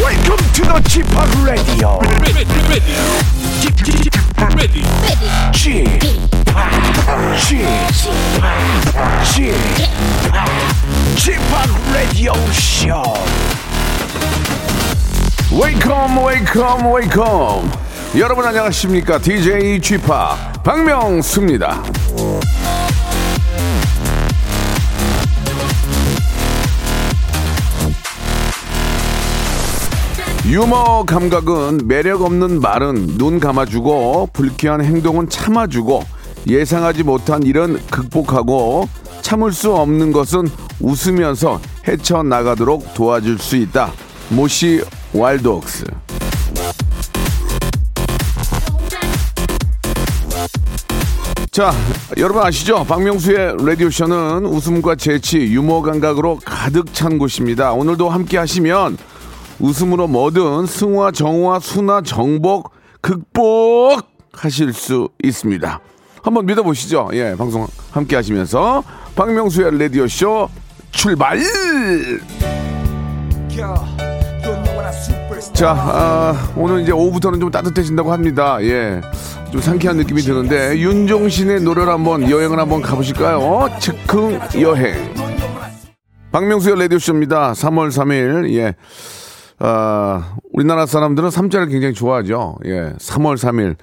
Welcome to the g p o p Radio. ready, ready, ready, ready. g p o p g p o p g p o p Radio Show. 웨이컴 웨이컴 웨이컴 여러분 안녕하십니까 DJ g p 파 박명수입니다 유머 감각은 매력 없는 말은 눈 감아주고 불쾌한 행동은 참아주고 예상하지 못한 일은 극복하고 참을 수 없는 것은 웃으면서 헤쳐나가도록 도와줄 수 있다 모시 와일드웍스 자, 여러분 아시죠? 박명수의 라디오쇼는 웃음과 재치, 유머 감각으로 가득 찬 곳입니다. 오늘도 함께 하시면 웃음으로 뭐든 승화, 정화, 순화, 정복, 극복 하실 수 있습니다. 한번 믿어보시죠. 예, 방송 함께 하시면서 박명수의 라디오쇼 출발! 자, 아, 오늘 이제 오후부터는 좀 따뜻해진다고 합니다. 예. 좀 상쾌한 느낌이 드는데, 윤종신의 노래를 한번 여행을 한번 가보실까요? 즉흥 여행. 박명수의 라디오쇼입니다. 3월 3일, 예. 아, 우리나라 사람들은 삼자를 굉장히 좋아하죠. 예. 3월 3일.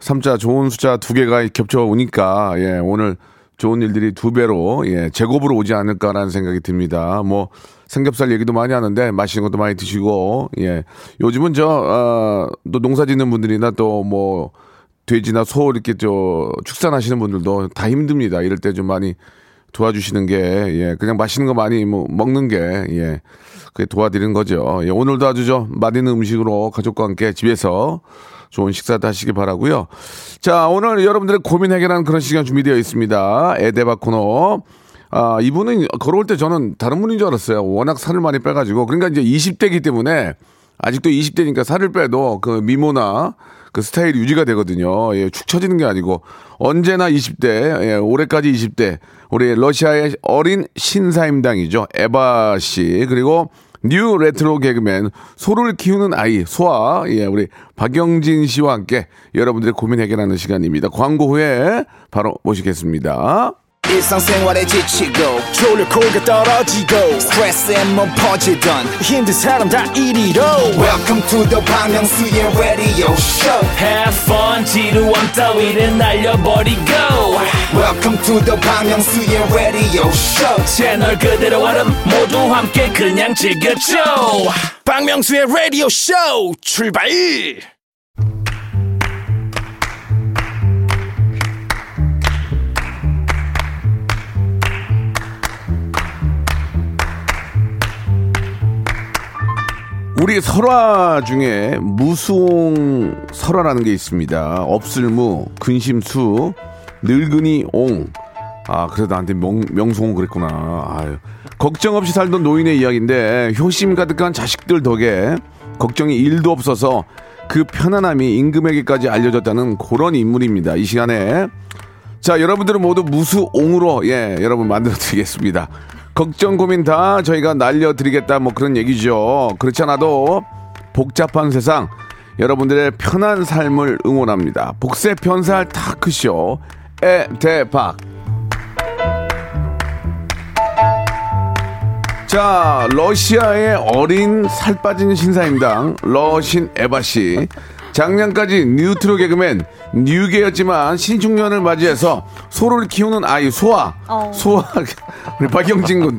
삼자 좋은 숫자 두 개가 겹쳐 오니까, 예. 오늘 좋은 일들이 두 배로, 예. 제곱으로 오지 않을까라는 생각이 듭니다. 뭐, 삼겹살 얘기도 많이 하는데, 맛있는 것도 많이 드시고, 예. 요즘은 저, 어, 또 농사 짓는 분들이나 또 뭐, 돼지나 소 이렇게 저 축산하시는 분들도 다 힘듭니다. 이럴 때 좀 많이 도와주시는 게, 예, 그냥 맛있는 거 많이 뭐 먹는 게, 예, 그게 도와드리는 거죠. 예, 오늘도 아주 저 맛있는 음식으로 가족과 함께 집에서 좋은 식사도 하시기 바라고요 자, 오늘 여러분들의 고민 해결하는 그런 시간 준비되어 있습니다. 에데바 코너. 아, 이분은 걸어올 때 저는 다른 분인 줄 알았어요. 워낙 살을 많이 빼가지고. 그러니까 이제 20대이기 때문에 아직도 20대니까 살을 빼도 그 미모나 그 스타일 유지가 되거든요. 예, 축 처지는 게 아니고 언제나 20대, 예, 올해까지 20대. 우리 러시아의 어린 신사임당이죠. 에바 씨. 그리고 뉴 레트로 개그맨 소를 키우는 아이 소아 예 우리 박영진 씨와 함께 여러분들의 고민 해결하는 시간입니다. 광고 후에 바로 모시겠습니다. 일상생활에 지치고, 졸려 코가 떨어지고, 스트레스에 몸 퍼지던, 힘든 사람 다 이리로. welcome to the Bang Myung-soo's radio show Have fun 지루한 따위를 날려버리고 welcome to the Bang Myung-soo's radio show 채널 그대로 얼음 모두 함께 그냥 즐겨줘 박명수의 radio show 출발 우리 설화 중에 무수옹 설화라는 게 있습니다. 없을무, 근심수, 늙은이 옹. 아, 그래도 나한테 명, 명수옹 그랬구나. 아유. 걱정 없이 살던 노인의 이야기인데 효심 가득한 자식들 덕에 걱정이 일도 없어서 그 편안함이 임금에게까지 알려졌다는 그런 인물입니다. 이 시간에 자, 여러분들은 모두 무수옹으로 예, 여러분 만들어 드리겠습니다. 걱정 고민 다 저희가 날려 드리겠다 뭐 그런 얘기죠. 그렇지 않아도 복잡한 세상 여러분들의 편한 삶을 응원합니다. 복세 편살 타크쇼 에 대박. 자, 러시아의 어린 살 빠진 신사임당 러신 에바 씨. 작년까지 뉴트로 개그맨 뉴게였지만 신중년을 맞이해서 소를 키우는 아이 소아 어. 소아 우리 박영진 군,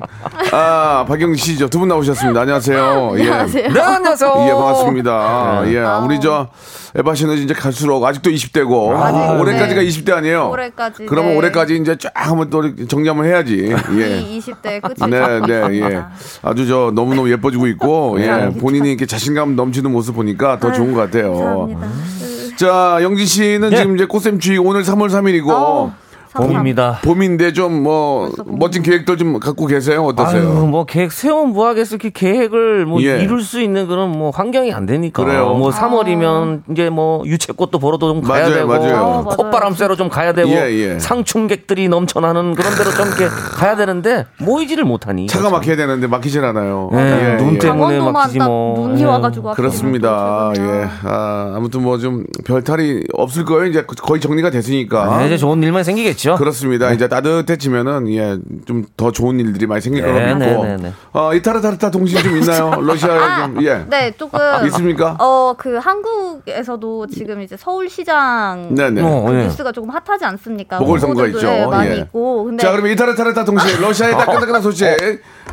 아 박영진 씨죠 두 분 나오셨습니다. 안녕하세요. 안녕하세요. 네, 안녕하세요. 네. 아. 예, 반갑습니다. 예, 우리 저 에바 씨는 이제 갈수록 아직도 20대고 아직, 올해까지가 네. 20대 아니에요. 올해까지, 그러면 네. 올해까지 이제 쫙 한번 또 이렇게 정리 한번 해야지. 예. 이 20대 끝이 네, 네, 예. 아주 저 너무너무 예뻐지고 있고, 예. 감사합니다. 본인이 이렇게 자신감 넘치는 모습 보니까 네, 더 좋은 것 같아요. 감사합니다. 네. 어. 그 자, 영진 씨는 지금 이제 꽃샘추위 오늘 3월 3일이고, 봄입니다. 봄인데 좀 뭐 멋진 계획들 좀 갖고 계세요? 어떠세요? 아유, 뭐 계획 세우면 뭐 하겠어. 이렇게 계획을 뭐 예. 이룰 수 있는 그런 뭐 환경이 안 되니까. 그래요. 뭐 3월이면 이제 뭐 유채꽃도 보러도 좀 가야 맞아요, 되고 맞아요. 어, 맞아요. 콧바람 쐬러 좀 가야 되고 예, 예. 상충객들이 넘쳐나는 그런 데로 좀 이렇게 가야 되는데 모이지를 못하니. 차가 막혀야 되는데 막히질 않아요. 예, 눈 때문에 강원도만 막히지 딱 뭐. 눈이 예. 와가지고 그렇죠. 아까 네. 그렇습니다. 또 예. 아, 아무튼 뭐 좀 별탈이 없을 거예요. 이제 거의 정리가 됐으니까. 네, 이제 좋은 일만 생기겠죠. 그렇습니다. 이제 따뜻해지면은 예 좀 더 좋은 일들이 많이 생길 네, 거라고 믿고. 네, 네, 네. 어, 이타르타르타 통신 좀 있나요? 러시아에 아, 좀 예. 네, 조금 있습니까? 어, 그 한국에서도 지금 이제 서울시장 네, 네. 어, 예. 뉴스가 조금 핫하지 않습니까? 보궐선거 후보들도, 있죠. 네, 많이 예. 있고. 근데 자, 그러면 이타르타르타 통신 러시아의 따끈따끈한 소식. 어.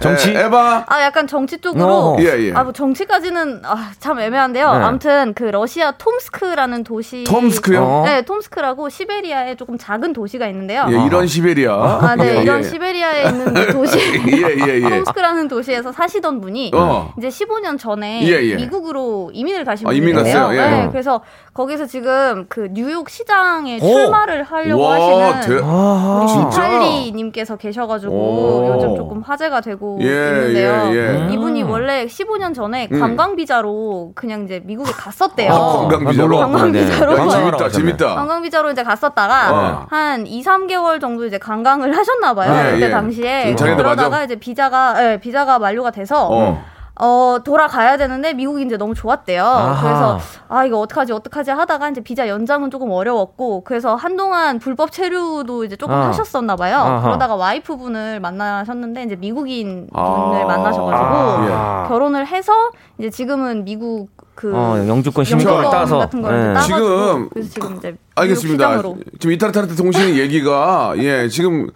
정치? 에, 에바 아 약간 정치 어. 쪽으로 예, 예. 아, 뭐 정치까지는 아, 참 애매한데요. 네. 아무튼 그 러시아 톰스크라는 도시 톰스크요. 어. 네, 톰스크라고 시베리아에 조금 작은 도시가 있는데요. 예, 이런 시베리아. 아, 네, 예, 이런 예. 시베리아에 있는 그 도시 예, 예, 예. 톰스크라는 도시에서 사시던 분이 어. 이제 15년 전에 예, 예. 미국으로 이민을 가신 아, 분이에요. 이민 갔어요? 예. 네, 그래서 거기서 지금 그 뉴욕 시장에 오! 출마를 하려고 어. 와, 하시는 대- 아, 우리 진짜? 찰리님께서 계셔가지고 오. 요즘 조금 화제가 되고 예, 있는데요. 예, 예. 음. 이분이 원래 15년 전에 음. 관광 비자로 그냥 이제 미국에 갔었대요. 아, 어. 관광 비자로? 관광 비자로? 야, 관광하러 재밌다, 재밌다. 관광 비자로 이제 갔었다가 어. 한 2, 3개월 정도 이제 관광을 하셨나 봐요. 예, 그때 예. 당시에 좀 자기한테 그러다가 맞아? 이제 비자가 예, 비자가 만료가 돼서 어. 어. 돌아가야 되는데 미국이 이제 너무 좋았대요. 아하. 그래서 아 이거 어떡하지 어떡하지 하다가 이제 비자 연장은 조금 어려웠고 그래서 한동안 불법 체류도 이제 조금 아. 하셨었나 봐요. 아하. 그러다가 와이프분을 만나셨는데 이제 미국인 분을 아. 예. 만나셔가지고 아. 결혼을 해서 이제 지금은 미국 그 어, 영주권 신청을 영주권 따서. 같은 걸 이제 예. 따가지고 지금 그래서 지금 이제 알겠습니다. 미국 시장으로. 지금 이타르타르타 통신 얘기가 예 지금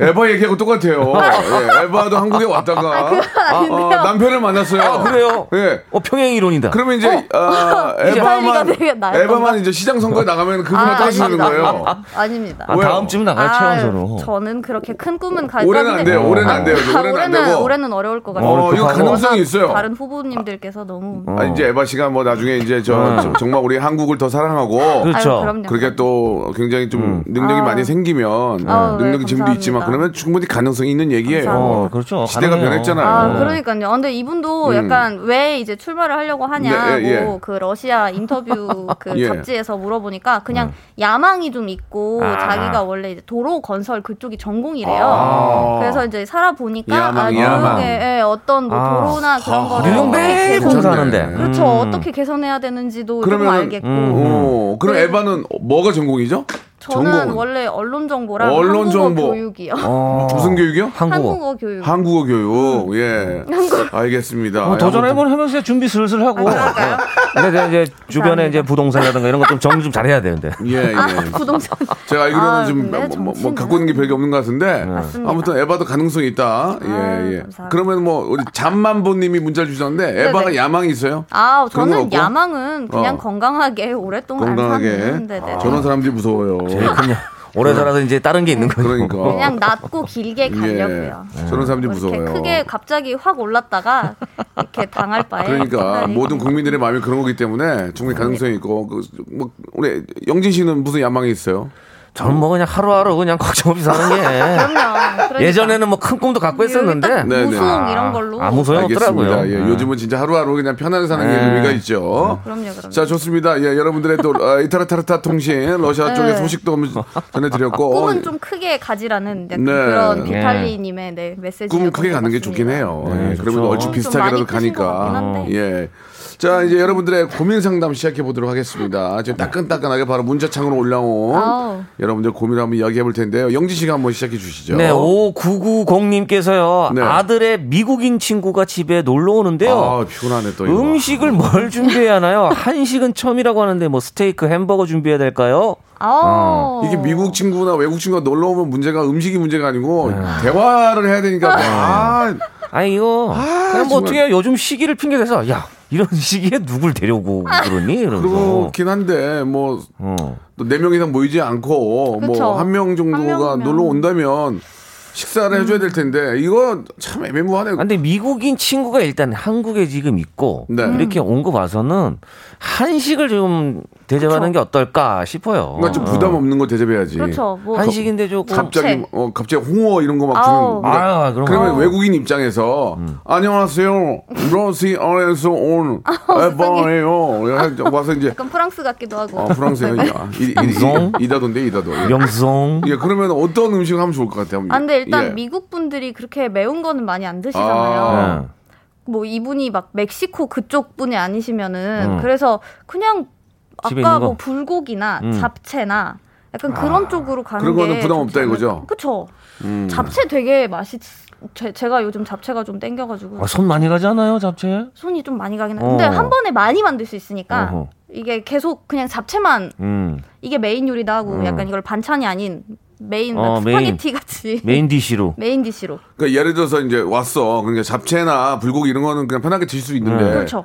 에바 얘기하고 똑같아요. 예, 에바도 한국에 왔다가 어, 남편을 아, 만났어요. 그래요? 예. 어, 평행 이론이다. 그러면 이제 아, 이제 에바만 빨리가 되게 나을 에바만 이제 시장 선거에 나가면 그분을 아, 따지는 아닙니다. 거예요. 아닙니다. 아, 왜요? 다음 주면 나가요, 최연소로. 저는 그렇게 큰 꿈은 가지 올해는 안 돼요. 올해는 안 돼요. 아, 올해는 안 올해는 되고. 올해는 어려울 것 같아요. 어, 이거 워낙 가능성이 있어요. 다른 후보님들께서 너무 어, 아, 이제 에바 씨가 뭐 나중에 이제 저 음. 저- 정말 우리 한국을 더 사랑하고 그렇죠. 아유, 그럼요. 그렇게 또 굉장히 좀 능력이 아. 많이 생기면 아유, 네, 능력이 지금도 감사합니다. 있지만 그러면 충분히 가능성이 있는 얘기예요. 어, 그렇죠. 시대가 가능해요. 변했잖아요. 아, 네. 그러니까요. 아, 근데 이분도 약간 왜 이제 출마를 하려고 하냐고 네, 예, 예. 그 러시아 인터뷰 그 예. 잡지에서 물어보니까 그냥 야망이 좀 있고 음. 아. 자기가 원래 이제 도로 건설 그쪽이 전공이래요. 아. 그래서 이제 살아보니까 야망, 아, 야망. 뉴욕에 예, 어떤 뭐 아. 도로나 그런 거를 뉴욕 매일 어떻게 공사하는데. 음. 그렇죠. 어떻게 개선해야 되는지도 좀 그러면은- 음, 어, 알겠고. 음. 오, 그럼 네. 에바는 뭐가 전공이죠? 저는 전공은? 원래 언론 정보랑 언론 한국어 정보. 교육이요. 어. 무슨 교육이요? 한국어. 한국어 교육. 음. 한국어 교육. 예. 알겠습니다. 뭐 도전해보는 하면서 이제 준비 슬슬 하고. 아, 그럴까요? 네. 근데 이제 이제 주변에 이제 부동산이라든가 이런 거 좀 정리 좀 잘해야 되는데. 예, 예. 아, 부동산. 제가 알기로는 아, 지금 네, 뭐, 뭐, 뭐 정치인은. 갖고 있는 게 별게 없는 것 네. 같은데 맞습니다. 아무튼 에바도 가능성이 있다. 아유, 예, 예. 감사합니다. 그러면 뭐 우리 잠만보님이 문자를 주셨는데 에바가 네네. 야망이 있어요? 아, 그런 건 저는 없고? 야망은 뭐? 그냥 어. 건강하게 오랫동안 건강하게. 아. 사는. 네, 네. 저런 사람들이 무서워요. 그냥 오래 살아서 이제 다른 게 있는 거예요. 그러니까. 그냥 낮고 길게 가려고요. 예. 저런 사람들이 뭐 이렇게 무서워요. 크게 갑자기 확 올랐다가 이렇게 당할 바에 그러니까 차라리 모든 국민들의 마음이 그런 거기 때문에 충분히 네. 가능성이 있고 그, 뭐 우리 영진 씨는 무슨 야망이 있어요? 저는 뭐 그냥 하루하루 그냥 걱정 없이 사는 게. 그럼요. 그러니까 예전에는 뭐 큰 꿈도 갖고 했었는데. 딱 네, 네. 무송 이런 걸로. 아무 소용 없더라고요. 알겠습니다. 예, 요즘은 진짜 하루하루 그냥 편하게 사는 게 네. 의미가 있죠. 그럼요, 그럼요. 자, 좋습니다. 예, 여러분들의 또 아, 이타르타르타 통신 러시아 네. 쪽의 소식도 한번 전해드렸고 꿈은 어, 좀 크게 가지라는 약간 네. 그런 예. 비탈리님의 네, 메시지. 꿈은 크게 가는 게 좋긴 해요. 네, 예, 좋죠. 그러면 얼추 좀 비슷하게라도 많이 크신 것 같긴 가니까. 한데. 예. 자, 이제 여러분들의 고민 상담 시작해 보도록 하겠습니다. 지금 따끈따끈하게 바로 문자창으로 올라온 아우. 여러분들 고민을 한번 이야기해 볼 텐데요. 영지 씨가 한번 시작해 주시죠. 네, 5990님께서요. 네. 아들의 미국인 친구가 집에 놀러 오는데요. 아, 피곤하네 또 이거. 음식을 뭘 준비해야 하나요? 한식은 처음이라고 하는데 뭐 스테이크, 햄버거 준비해야 될까요? 아. 이게 미국 친구나 외국 친구가 놀러 오면 문제가 음식이 문제가 아니고 네. 대화를 해야 되니까 아, 아니 이거 그냥 뭐 정말. 어떻게 해요? 요즘 시기를 핑계 대서 야 이런 시기에 누굴 데려오고 그러니 이러면서 그렇긴 한데 뭐 어. 또 네 명 이상 모이지 않고 그쵸. 뭐 한 명 한 정도가 명이면. 음. 놀러 온다면 식사를 해줘야 될 텐데 이거 참 애매모호하네요. 아, 근데 미국인 친구가 일단 한국에 지금 있고 네. 이렇게 온 거 봐서는 한식을 좀 대접하는 게 어떨까 싶어요. 뭔가 좀 부담 없는 거 대접해야지. 그렇죠. 뭐 한식인데 조금 갑자기 채. 어 갑자기 홍어 이런 거 막 아우. 주는. 그러니까 아, 그런 거. 그러면 외국인 입장에서 음. 안녕하세요 러시아에서 온 에바예요 와서 이제 약간 프랑스 같기도 하고. 아 프랑스에 방송? 이다돈데 이다돈 예. 명성 예 그러면 어떤 음식을 하면 좋을 것 같아요? 아, 근데 일단 예. 미국 분들이 그렇게 매운 거는 많이 안 드시잖아요. 아. 네. 뭐 이분이 막 멕시코 그쪽 분이 아니시면은 음. 그래서 그냥 집에 있는 아까 거? 뭐 불고기나 음. 잡채나 약간 그런 쪽으로 아. 가는 그런 거는 게 부담 없다 이거죠? 음. 그렇죠. 잡채 되게 맛이 제, 제가 요즘 잡채가 좀 땡겨가지고 아, 손 많이 가지 않아요, 잡채? 손이 좀 많이 가긴 하는데 어. 한 번에 많이 만들 수 있으니까 어허. 이게 계속 그냥 잡채만 음. 이게 메인 요리다 하고 음. 약간 이걸 반찬이 아닌 메인 막 어, 메인. 스파게티 같이 메인 디시로. 메인 디시로 그러니까 예를 들어서 이제 왔어 그러니까 잡채나 불고기 이런 거는 그냥 편하게 드실 수 있는데 그렇죠.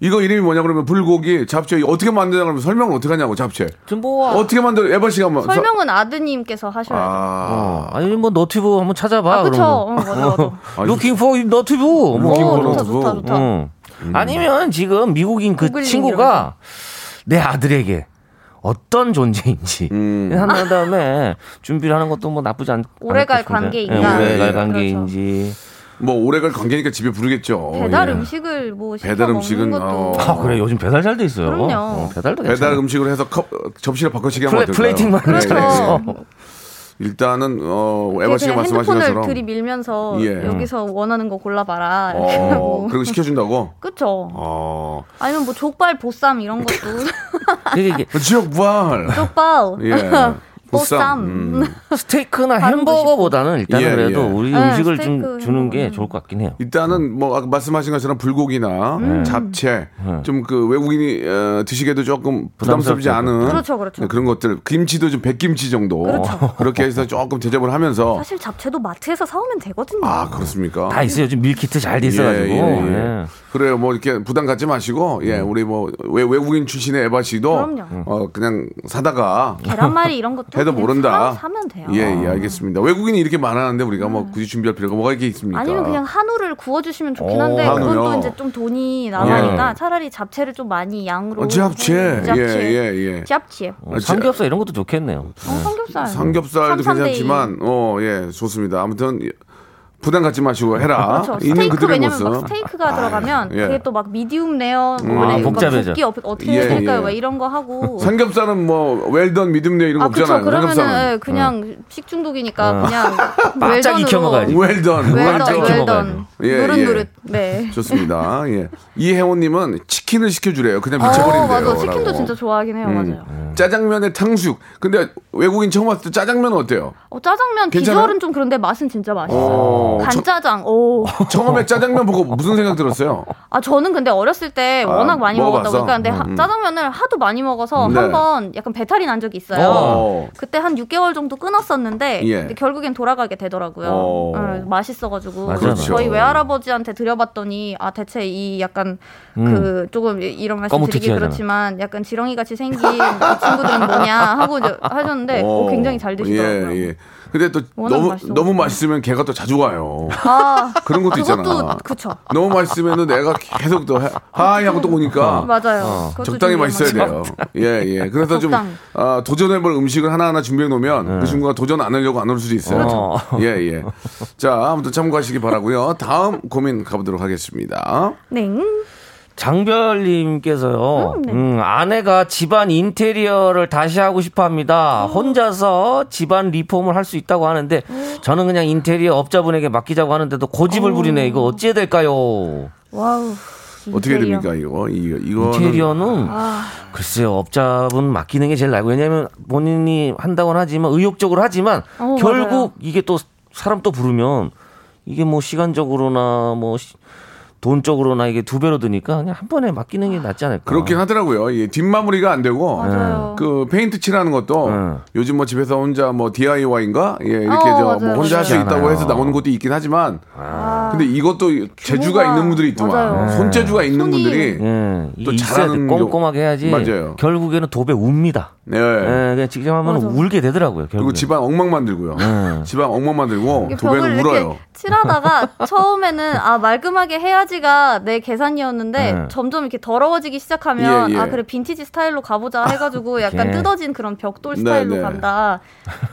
이거 이름이 뭐냐 그러면 불고기 잡채 이거 어떻게 만드냐 그러면 설명을 어떻게 하냐고 잡채 좀뭐 어떻게 만들어 에바 씨가 한번 서- 설명은 아드님께서 하셔야죠. 아 어, 아니 뭐 너튜브 한번 찾아봐. 아, 그쵸. 그러면. 어, 맞아, 맞아. 아, Looking for 너튜브. 뭐. Looking for 오, 좋다, 너튜브. 음. 좋다, 좋다. 어. 아니면 지금 미국인 그 구글링 친구가 내 아들에게 어떤 존재인지 음. 한 다음에 준비를 하는 것도 뭐 나쁘지 않. 오래갈 않을 것 같은데. 관계인가. 예, 오래갈 예, 관계인지. 뭐 오래갈 관계니까 집에 부르겠죠 배달 예. 음식을 뭐 시켜 배달 먹는 음식은, 것도 어. 아 그래 요즘 배달 잘 돼 있어요. 그럼요. 어, 배달도 예. 배달 괜찮아요. 음식으로 해서 컵 어, 접시를 바꿔치기 하면 플레, 어떨까요? 플레이팅만 예, 그렇죠. 잘해서. 예. 일단은 어 에바 그냥 씨가 말씀하신 핸드폰을 것처럼 들이밀면서 예. 여기서 원하는 거 골라봐라 이렇게 어 하고 그리고 시켜준다고 그쵸 어 아니면 뭐 족발 보쌈 이런 것도 이게 이게 지역발 족발 예 보쌈. 뭐 보쌈 음. 스테이크나 다른 햄버거보다는 일단은 예, 그래도 예. 우리 네, 음식을 좀 스테이크, 주는 게 햄버거는. 좋을 것 같긴 해요. 일단은 뭐 아까 말씀하신 것처럼 불고기나 음. 음. 잡채 좀 그 외국인이 어, 드시기에도 조금 부담스럽지 부담스럽죠. 않은 그렇죠, 그렇죠. 네, 그런 것들 김치도 좀 백김치 정도 그렇게 해서 조금 대접을 하면서 사실 잡채도 마트에서 사오면 되거든요 아 그렇습니까? 다 있어요. 요즘 밀키트 잘 돼 있어가지고. 예, 예, 예. 예. 그래요. 뭐 이렇게 부담 갖지 마시고 예 우리 뭐 외, 외국인 출신의 에바 씨도 그럼요. 어 그냥 사다가 계란말이 이런 것도 해도 그냥 모른다. 사- 사면 돼요 음. 예, 예, 알겠습니다. 외국인이 이렇게 많았는데 우리가 뭐 굳이 준비할 필요가 뭐가 이렇게 있습니까? 아니면 그냥 한우를 구워주시면 좋긴 오, 한데 그건 어, 한우요. 예. 또 이제 좀 돈이 나가니까 차라리 잡채를 좀 많이 양으로 네, 어, 잡채. 음, 잡채 예, 예, 예. 잡채 어, 삼겹살 이런 것도 좋겠네요. 어, 삼겹살 삼겹살도 삼삼대이. 괜찮지만 어, 예, 좋습니다. 아무튼 부담 갖지 마시고 해라. 그렇죠. 있는 스테이크 그대로 왜냐면 막 모습. 스테이크가 들어가면 예. 음, 그게 또 막 미디움 레어 뭐 아, 레어, 막 복잡해져. 굽기 어, 어떻게 예, 해야 될까요? 예. 막 이런 거 하고 삼겹살은 뭐 웰던 미디움레 이런 거 아 그쵸 없잖아요. 그러면은 삼겹살은 어. 예, 그냥 식중독이니까 그냥 어. 바짝 익혀 먹어야지. 웰던으로 웰던, 바짝 웰던 익혀 웰던. 웰던 예, 예. 노릇노릇 네. 좋습니다. 예. 이혜원님은 치킨을 시켜주래요. 그냥 어 미쳐버린대요. 맞아 치킨도 라고. 음. 진짜 좋아하긴 해요 맞아요. 짜장면에 탕수육. 근데 외국인 처음 왔을 때 짜장면은 어때요? 어, 짜장면 괜찮아요? 비주얼은 좀 그런데 맛은 진짜 오, 맛있어요. 아, 간짜장 오아 아, 처음에 짜장면 보고 무슨 생각 들었어요? 저는 근데 어렸을 때 워낙 많이 아, 먹어봤어? 먹었다 보니까 근데 하- 음, 음. 짜장면을 하도 많이 먹어서 네. 한번 약간 배탈이 난 적이 있어요. 어. 그때 한 6개월 정도 끊었었는데 예. 근데 결국엔 돌아가게 되더라고요. 어. 어, 맛있어가지고 맞아요. 그래서 그렇죠. 저희 외할아버지한테 드려봤더니 아 대체 이 약간 그 조금 이- 이런 말씀 드리기 음. 꺼무튀기하잖아. 그렇지만 약간 지렁이 같이 생긴 이 친구들은 뭐냐 하고 이제 하셨는데 오, 네, 어, 굉장히 잘 드시더라고요. 어. 예, 예. 근데 또 워낙 너무 맛있어가지고. 너무 맛있으면 걔가 또 자주 와요. 아 그런 것도 있잖아. 그것도 그쵸. 너무 맛있으면은 내가 계속 또 하- 하이 하고 또 오니까 어. 맞아요. 그것도 적당히 좀 맛있어야 돼요. 예, 예. 그래서 좀 적당히. 아, 도전해볼 음식을 하나하나 준비해 놓으면 그 친구가 도전 안 하려고 안 올 수도 있어요. 그렇죠. 예, 예. 자, 아무튼 참고하시기 바라고요. 다음 고민 가보도록 하겠습니다. 네. 장별님께서요, 음, 네. 음, 아내가 집안 인테리어를 다시 하고 싶어 합니다. 음. 혼자서 집안 리폼을 할 수 있다고 하는데, 음. 저는 그냥 인테리어 업자분에게 맡기자고 하는데도 고집을 부리네. 이거 어찌해야 될까요? 와우. 어떻게 인테리어. 됩니까, 이거? 이거 이거는 인테리어는 아, 글쎄요 업자분 맡기는 게 제일 나고 왜냐하면 본인이 한다고는 하지만 의욕적으로 하지만 어, 결국 맞아요. 이게 또 사람 또 부르면 이게 뭐 시간적으로나 뭐 시- 돈 쪽으로나 이게 두 배로 드니까 그냥 한 번에 맡기는 게 낫지 않을까. 그렇긴 하더라고요. 예, 뒷마무리가 안 되고 맞아요. 그 페인트 칠하는 것도 네. 요즘 뭐 집에서 혼자 뭐 DIY인가 예, 이렇게 어, 저 뭐 맞아요. 혼자 할 수 쉽지 있다고 않아요. 해서 나오는 것도 있긴 하지만 아, 근데 이것도 재주가 규모가- 있는 분들이 있더만 맞아요. 네. 손재주가 있는 손이- 분들이 예, 또 이 있어야 돼. 잘하는 꼼꼼하게 해야지. 맞아요. 결국에는 도배 웁니다. 네. 예, 그냥 직접 하면 맞아. 울게 되더라고요. 결국 그리고 집안 엉망 만들고요. 네. 집안 엉망 만들고 이게 벽을 도배는 울어요. 이렇게 칠하다가 처음에는 아 말끔하게 해야지가 내 계산이었는데 네. 점점 이렇게 더러워지기 시작하면 예, 예. 아 그래 빈티지 스타일로 가보자 해가지고 약간 이렇게. 뜯어진 그런 벽돌 네, 스타일로 네. 간다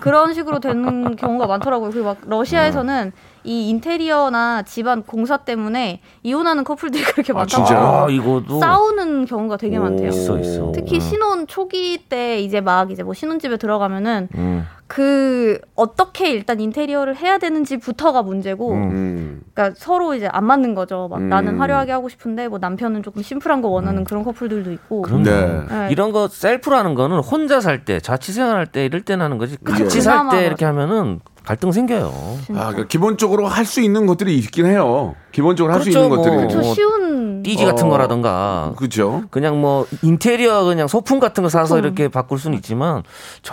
그런 식으로 되는 경우가 많더라고요. 그리고 막 러시아에서는 이 인테리어나 집안 공사 때문에 이혼하는 커플들이 그렇게 많다고 진짜요? 아, 하더라고요. 이거도 싸우는 경우가 되게 많대요. 있어 있어. 특히 네. 음. 신혼 초기 때 이제 막 이제 뭐 신혼집에 들어가면은 음. 그 어떻게 일단 인테리어를 해야 되는지부터가 문제고 음. 그러니까 서로 이제 안 맞는 거죠. 막 음. 나는 화려하게 하고 싶은데 뭐 남편은 조금 심플한 거 원하는 그런 커플들도 있고. 음. 그럼요. 네. 네. 이런 거 셀프라는 거는 혼자 살 때, 자취 생활할 때 이럴 때는 하는 거지. 같이 예. 살 그나마 때 이렇게 하면은 갈등 생겨요. 아, 그러니까 기본적으로 할 수 있는 것들이 있긴 해요. 기본적으로 할 수 그렇죠, 있는 뭐. 것들이. 저 어, 쉬운 띠지 같은 어. 거라던가 그렇죠. 그냥 뭐 인테리어 그냥 소품 같은 거 사서 이렇게 바꿀 수는 있지만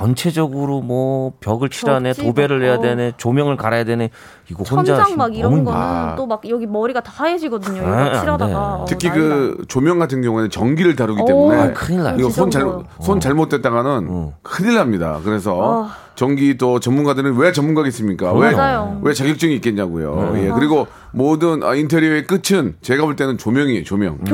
전체적으로 뭐 벽을 칠하네 벽지 도배를 해야 뭐. 되네 조명을 갈아야 되네 이거 혼자 천장 하시면 막 이런 너무 거는 아. 또 막 여기 머리가 다 하얘지거든요. 이거 아, 안 돼. 칠하다가. 어, 특히 난리 어, 나. 그 조명 같은 경우에는 전기를 다루기 오, 때문에 아, 큰일 나요. 이거 손, 진짜 잘, 무서워요. 어. 손 잘못됐다가는 큰일 납니다. 그래서 아. 전기 또 전문가들은 왜 전문가겠습니까? 왜, 맞아요. 음. 왜 자격증이 있겠냐고요. 예. 그리고 모든 아, 인테리어의 끝은 제가 볼 때는 조명이에요. 조명.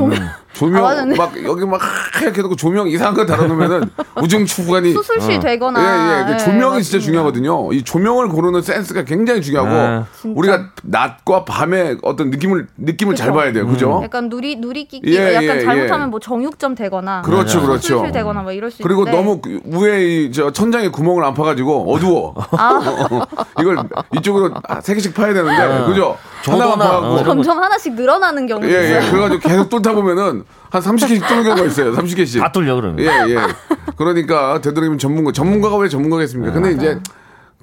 조명. 아, 맞네. 막 여기 막 하얗게 놓고 조명 이상한 거 달아놓으면은 우중충하니 어. 수술시 되거나 예, 예. 그 조명이 진짜 맞습니다. 중요하거든요. 이 조명을 고르는 센스가 굉장히 중요하고 네. 진짜. 우리가 낮과 밤의 어떤 느낌을 느낌을 잘 그쵸. 음. 봐야 돼요. 그죠? 약간 누리 누리끼기 예, 약간 예, 잘못하면 예. 뭐 정육점 되거나 그렇죠, 뭐 그렇죠. 수술실 되거나 뭐 이럴 수 그리고 있는데 너무 그 위에 이저 천장에 구멍을 안 파가지고 어두워. 아. 이걸 이쪽으로 아, 세 개씩 파야 되는데 그죠? 저도 하나만 하나, 파고. 네. 어. 점점 하나씩 늘어나는 경우 예, 예. 그래가지고 계속 뚫다 보면은 한 30개씩 뚫는 경우가 있어요. 30개씩. 다 뚫려 그러면 예, 예. 그러니까 되도록이면 전문가, 전문가가 왜 전문가겠습니까? 근데 이제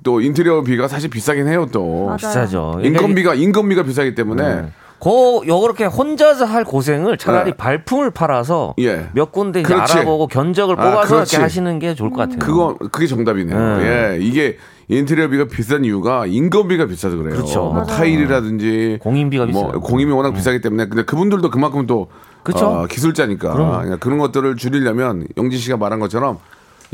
또 인테리어 비가 사실 비싸긴 해요 또. 맞아요. 비싸죠 인건비가 예. 인건비가 비싸기 때문에 네. 고 요렇게 혼자서 할 고생을 차라리 네. 발품을 팔아서 예. 몇 군데 이제 그렇지. 알아보고 견적을 아, 뽑아서 그렇지. 이렇게 하시는 게 좋을 것 같아요. 음. 그거 그게 정답이네요. 네. 예, 이게 인테리어비가 비싼 이유가 인건비가 비싸서 그래요. 그렇죠. 뭐 맞아요. 타일이라든지 공인비가 뭐 비싸요. 음. 공임이 워낙 비싸기 때문에 근데 그분들도 그만큼 또 그쵸? 어, 기술자니까 그럼요. 그냥 그런 것들을 줄이려면 영진 씨가 말한 것처럼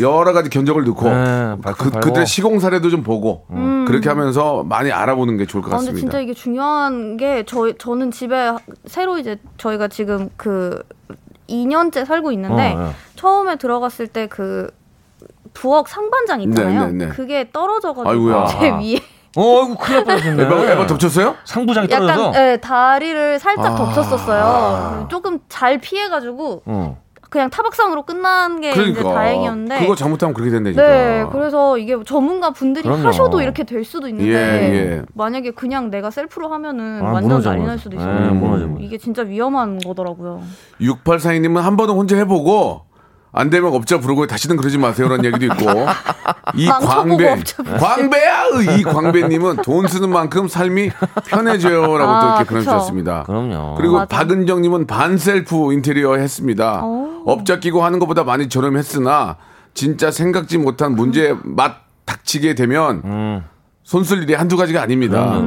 여러 가지 견적을 넣고 네, 음. 발표 그, 팔고. 그때 시공 사례도 좀 보고 그렇게 하면서 많이 알아보는 게 좋을 것 아, 근데 같습니다. 진짜 이게 중요한 게 저, 저는 집에 새로 이제 저희가 지금 그 2년째 살고 있는데 어, 예. 처음에 들어갔을 때 그 부엌 상반장 있잖아요. 네, 네, 네. 그게 떨어져가지고 아이고야. 제 위에 어, 이거 큰일 날 뻔했네. 예. 에바, 에바 덮쳤어요? 상부장이 떨어져서. 약간 예, 다리를 살짝 아. 덮쳤었어요. 조금 잘 피해가지고 어. 그냥 타박상으로 끝난 게 그러니까 이제 네, 다행이었는데 그거 잘못하면 그렇게 된다니까. 네, 그래서 이게 전문가 분들이 그럼요. 하셔도 이렇게 될 수도 있는데 예, 예. 만약에 그냥 내가 셀프로 하면은 아, 완전 무너져, 난리 무너져. 날 수도 네, 예, 있어요. 무너져, 무너져. 이게 진짜 위험한 거더라고요. 6842님은 한 번은 혼자 해보고 안 되면 업자 부르고 다시는 그러지 마세요라는 얘기도 있고 이 망쳐보고 광배 업자 광배야 이 광배님은 돈 쓰는 만큼 삶이 편해져요라고 또 아, 이렇게 그쵸. 보내주셨습니다. 그럼요. 그리고 맞아. 박은정님은 반셀프 인테리어 했습니다. 업자 끼고 하는 것보다 많이 저렴했으나 진짜 생각지 못한 문제 의맛 닥치게 되면 음. 손 쓸 일이 한두 가지가 아닙니다.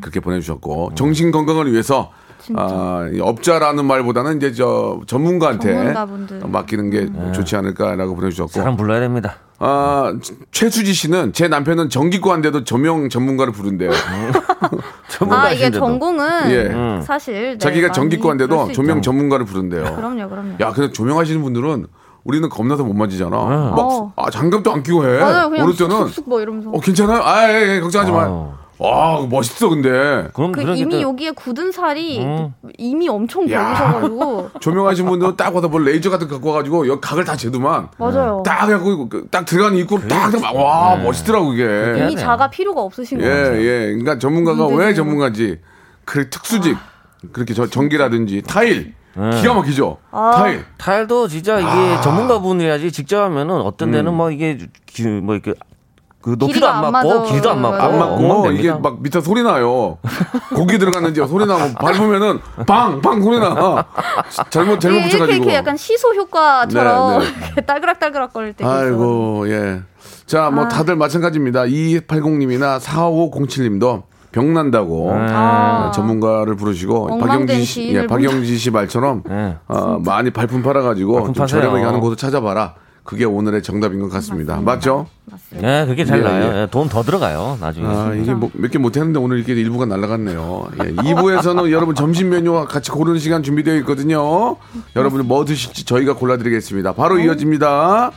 그렇게 보내주셨고 정신 건강을 위해서 음. 진짜. 아, 이 업자라는 말보다는 이제 저 전문가한테 전문가분들. 음. 맡기는 게 좋지 않을까라고 보내주셨고 사람 불러야 됩니다. 아, 최수지 씨는 제 남편은 전기과인데도 조명 전문가를 부른대요. 음. 전문가 아 이게 하신데도. 전공은 예. 사실 네, 자기가 많이 그럴 전기과인데도 수 조명 있죠. 전문가를 부른대요. 그럼요, 그럼요. 야, 근데 조명하시는 분들은 우리는 겁나서 못 만지잖아. 막 어. 아, 장갑도 안 끼고 해. 맞아요, 그냥 어릴 때는 쑥쑥 뭐 이러면서 어 괜찮아요? 아, 예, 예, 걱정하지 마. 아우. 와, 멋있어 근데. 그럼 그 그런 게 이미 또- 여기에 굳은 살이 이미 엄청 어. 야. 보이셔가지고 조명하신 분들은 딱 와서 뭐 레이저 같은 거 갖고 와가지고 여기 각을 다 재더만. 맞아요. 딱 해갖고 그- 딱 들어가는 입구로 딱, 딱 와, 멋있더라고 네. 그게. 이미 자가 필요가 없으신 예, 거예요. 예. 그러니까 전문가가 문제죠. 왜 전문가인지 그 특수직 그렇게 저 전기라든지 타일 기가 막히죠. 아. 타일. 아. 음. 타일도 진짜 이게 전문가분이야지 직접 하면은 어떤 데는 뭐 이게 기- 뭐 이렇게 그 높이도 길이가 안 안 맞고 맞아. 길도 안 맞고 음, 안 안 맞고 어, 엉망됩니다. 이게 막 밑에 소리 나요. 고기 들어갔는지 소리 나고 밟으면은 빵빵 소리 나. 잘못 잘못 이게 이렇게 붙여가지고. 이렇게 예, 약간 시소 효과처럼 네, 이렇게 딸그락딸그락 거릴 때 있어. 아이고 예. 자 뭐 다들 마찬가지입니다. 2280님이나 4507님도 병 난다고 아. 전문가를 부르시고 엉망된 박영진 씨, 시인을 예, 박영진 씨 말처럼 예. 어, 많이 발품 팔아가지고 발품 좀 파세요. 저렴하게 하는 곳을 찾아봐라. 그게 오늘의 정답인 것 같습니다. 맞죠? 음, 맞습니다. 예, 그게 잘 예, 나요. 예. 예, 돈 더 들어가요. 나중에. 아, 이게 뭐, 몇 개 못했는데 오늘 이렇게 일부가 날아갔네요. 예, 2부에서는 여러분 점심 메뉴와 같이 고르는 시간 준비되어 있거든요. 여러분 뭐 드실지 저희가 골라드리겠습니다. 바로 네. 이어집니다.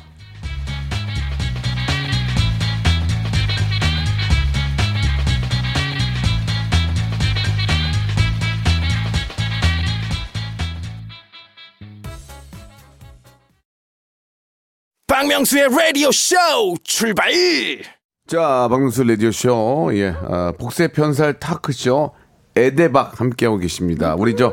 박명수의 라디오 쇼 출발! 자, 박명수 라디오쇼. 예, 아, 복세 편살 타크쇼. 에데박 함께하고 계십니다. 우리 저,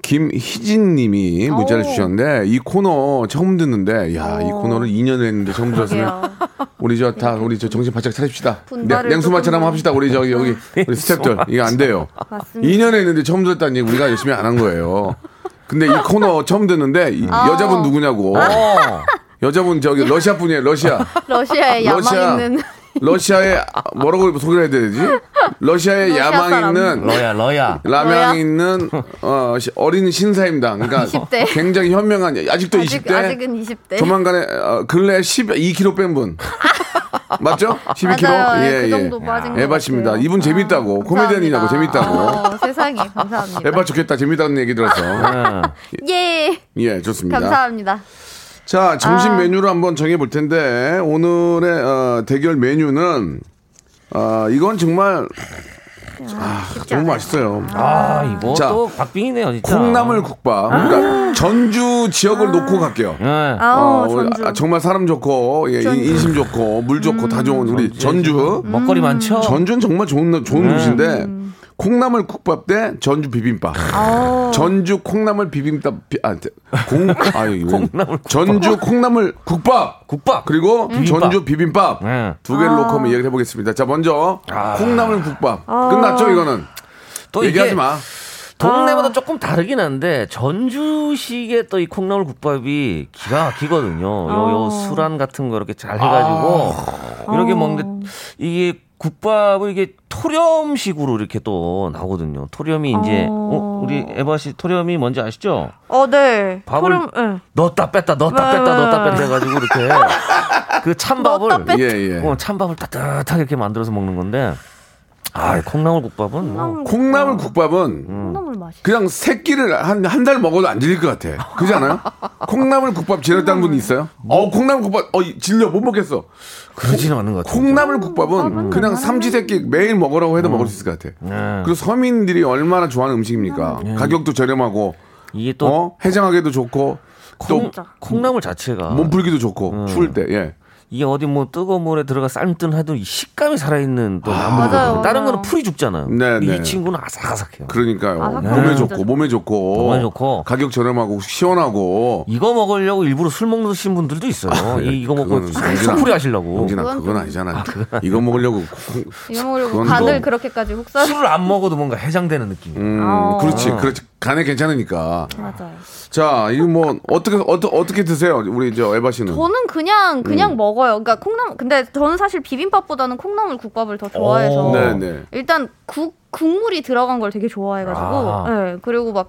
김희진 님이 문자를 오. 주셨는데, 이 코너 처음 듣는데, 야, 이 코너를 2년을 했는데 처음 들었으면, 그러게요. 우리 저 다 우리 저 정신 바짝 차립시다. 네, 분발을 냉수 마찬 한번 조금 네. 아, 합시다. 우리 저기 여기 우리 스탭들 이거 안 돼요. 맞습니다. 2년 했는데 처음 들었다니 우리가 열심히 안 한 거예요. 근데 이 코너 처음 듣는데 이 어. 여자분 누구냐고. 아. 어. 여자분 저기 러시아 분이에요. 러시아. 러시아에 어. 야망 러시아. 있는 러시아의 뭐라고 소개를 해야 되지? 러시아의 러시아 야망 사람. 있는 러야, 러야. 라면 러야? 있는 어, 시- 어린 신사입니다. 그러니까 20대. 굉장히 현명한 아직도 아직 그 20대. 아직은 20대. 조만간에 어, 근래 12kg 뺀 분. 맞죠? 12kg? 맞아요. 예, 그 정도 빠진 것 에바십니다. 같아요. 이분 재밌다고. 코미디언이라고 재밌다고. 어, 세상에 감사합니다. 에바 예, 좋겠다. 재밌다는 얘기 들었어. 예. 예. 예, 좋습니다. 감사합니다. 자, 점심 아. 메뉴를 한번 정해 볼 텐데 오늘의 어, 대결 메뉴는 아, 이건 정말 음, 쉽지 너무 않아요. 맛있어요. 아, 이거 자, 또 박빙이네요, 진짜. 콩나물 국밥. 아. 그러니까 전주 지역을 놓고 갈게요. 예. 아우, 어, 우리 음. 전주. 아, 정말 사람 좋고 예, 전주. 음, 인심 좋고 물 좋고 다 좋은 우리 전주. 먹거리 많죠? 전주는 정말 좋은 좋은 네. 곳인데 음. 콩나물 국밥 대 전주 비빔밥. 아우, 전주 콩나물 비빔밥 비- 아, 대- 공, 아 콩나물 전주 콩나물 국밥 국밥. 그리고 비빔밥. 전주 비빔밥 예. 두 개를 놓고 한번 얘기해 보겠습니다. 자 먼저 콩나물 국밥 끝났죠 이거는 아. 또 얘기하지 이게 마. 동네마다 조금 다르긴 한데 전주식의 또 이 콩나물 국밥이 기가 막히거든요. 요, 요 술안 같은 거 이렇게 잘 해가지고 이렇게 먹는데 이게 국밥을 이게 토렴식으로 이렇게 또 나오거든요. 토렴이 이제 어, 우리 에바 씨 토렴이 뭔지 아시죠? 어, 네. 밥을- 소름, 예. 넣었다 뺐다 넣었다 네, 뺐다 네. 넣었다 뺐다 해가지고 이렇게 그 찬밥을 뺐다. 예, 예. 어, 찬밥을 따뜻하게 이렇게 만들어서 먹는 건데 아이 콩나물 국밥은 뭐 콩나물, 어, 콩나물 국밥은 음. 콩나물 맛이. 그냥 새끼를 한 한 달 먹어도 안 질릴 것 같아. 그지 않아요? 콩나물 국밥 질렸다는 분이 있어요? 뭐? 어 콩나물 국밥 어 이- 질려 못 먹겠어. 그러지는 않는 것 같아요. 콩나물 국밥은 그냥 삼지 새끼 매일 먹으라고 해도 먹을 수 있을 것 같아. 네. 그리고 서민들이 얼마나 좋아하는 음. 음식입니까? 가격도 저렴하고 이게 또 어 해장하기도 좋고 콩, 또 콩나물 자체가 몸풀기도 좋고 추울 때 예. 이게 어디 뭐 뜨거운 물에 들어가 삶든 해도 이 식감이 살아있는 또 맞아요, 나물이거든요. 다른 맞아요. 거는 풀이 죽잖아요. 네, 근데 네. 이 친구는 아삭아삭해요. 그러니까요. 아, 몸에 네. 좋고 몸에 좋고 음. 몸에 좋고. 가격 저렴하고 시원하고 이거 먹으려고 일부러 술 먹으신 분들도 있어요. 이, 이거 먹고 아, 예, 그거는 정진아. 속풀이 하시려고. 영진아 그건 그건 아니잖아. 이거 먹으려고 콩- 이거 먹으려고 그건 간을 뭐- 그렇게까지 혹사. 술을 안 먹어도 뭔가 해장되는 느낌. 음, 아. 그렇지, 그렇지. 간에 괜찮으니까. 맞아요. 음. 자, 이거 뭐 어떻게 어떠, 어떻게 드세요, 우리 저 에바 씨는? 저는 그냥 음. 그냥 먹어요. 그러니까 콩나물 근데 저는 사실 비빔밥보다는 콩나물 국밥을 더 좋아해서 오. 네, 네. 일단 국 국물이 들어간 걸 되게 좋아해가지고 아. 예, 그리고 막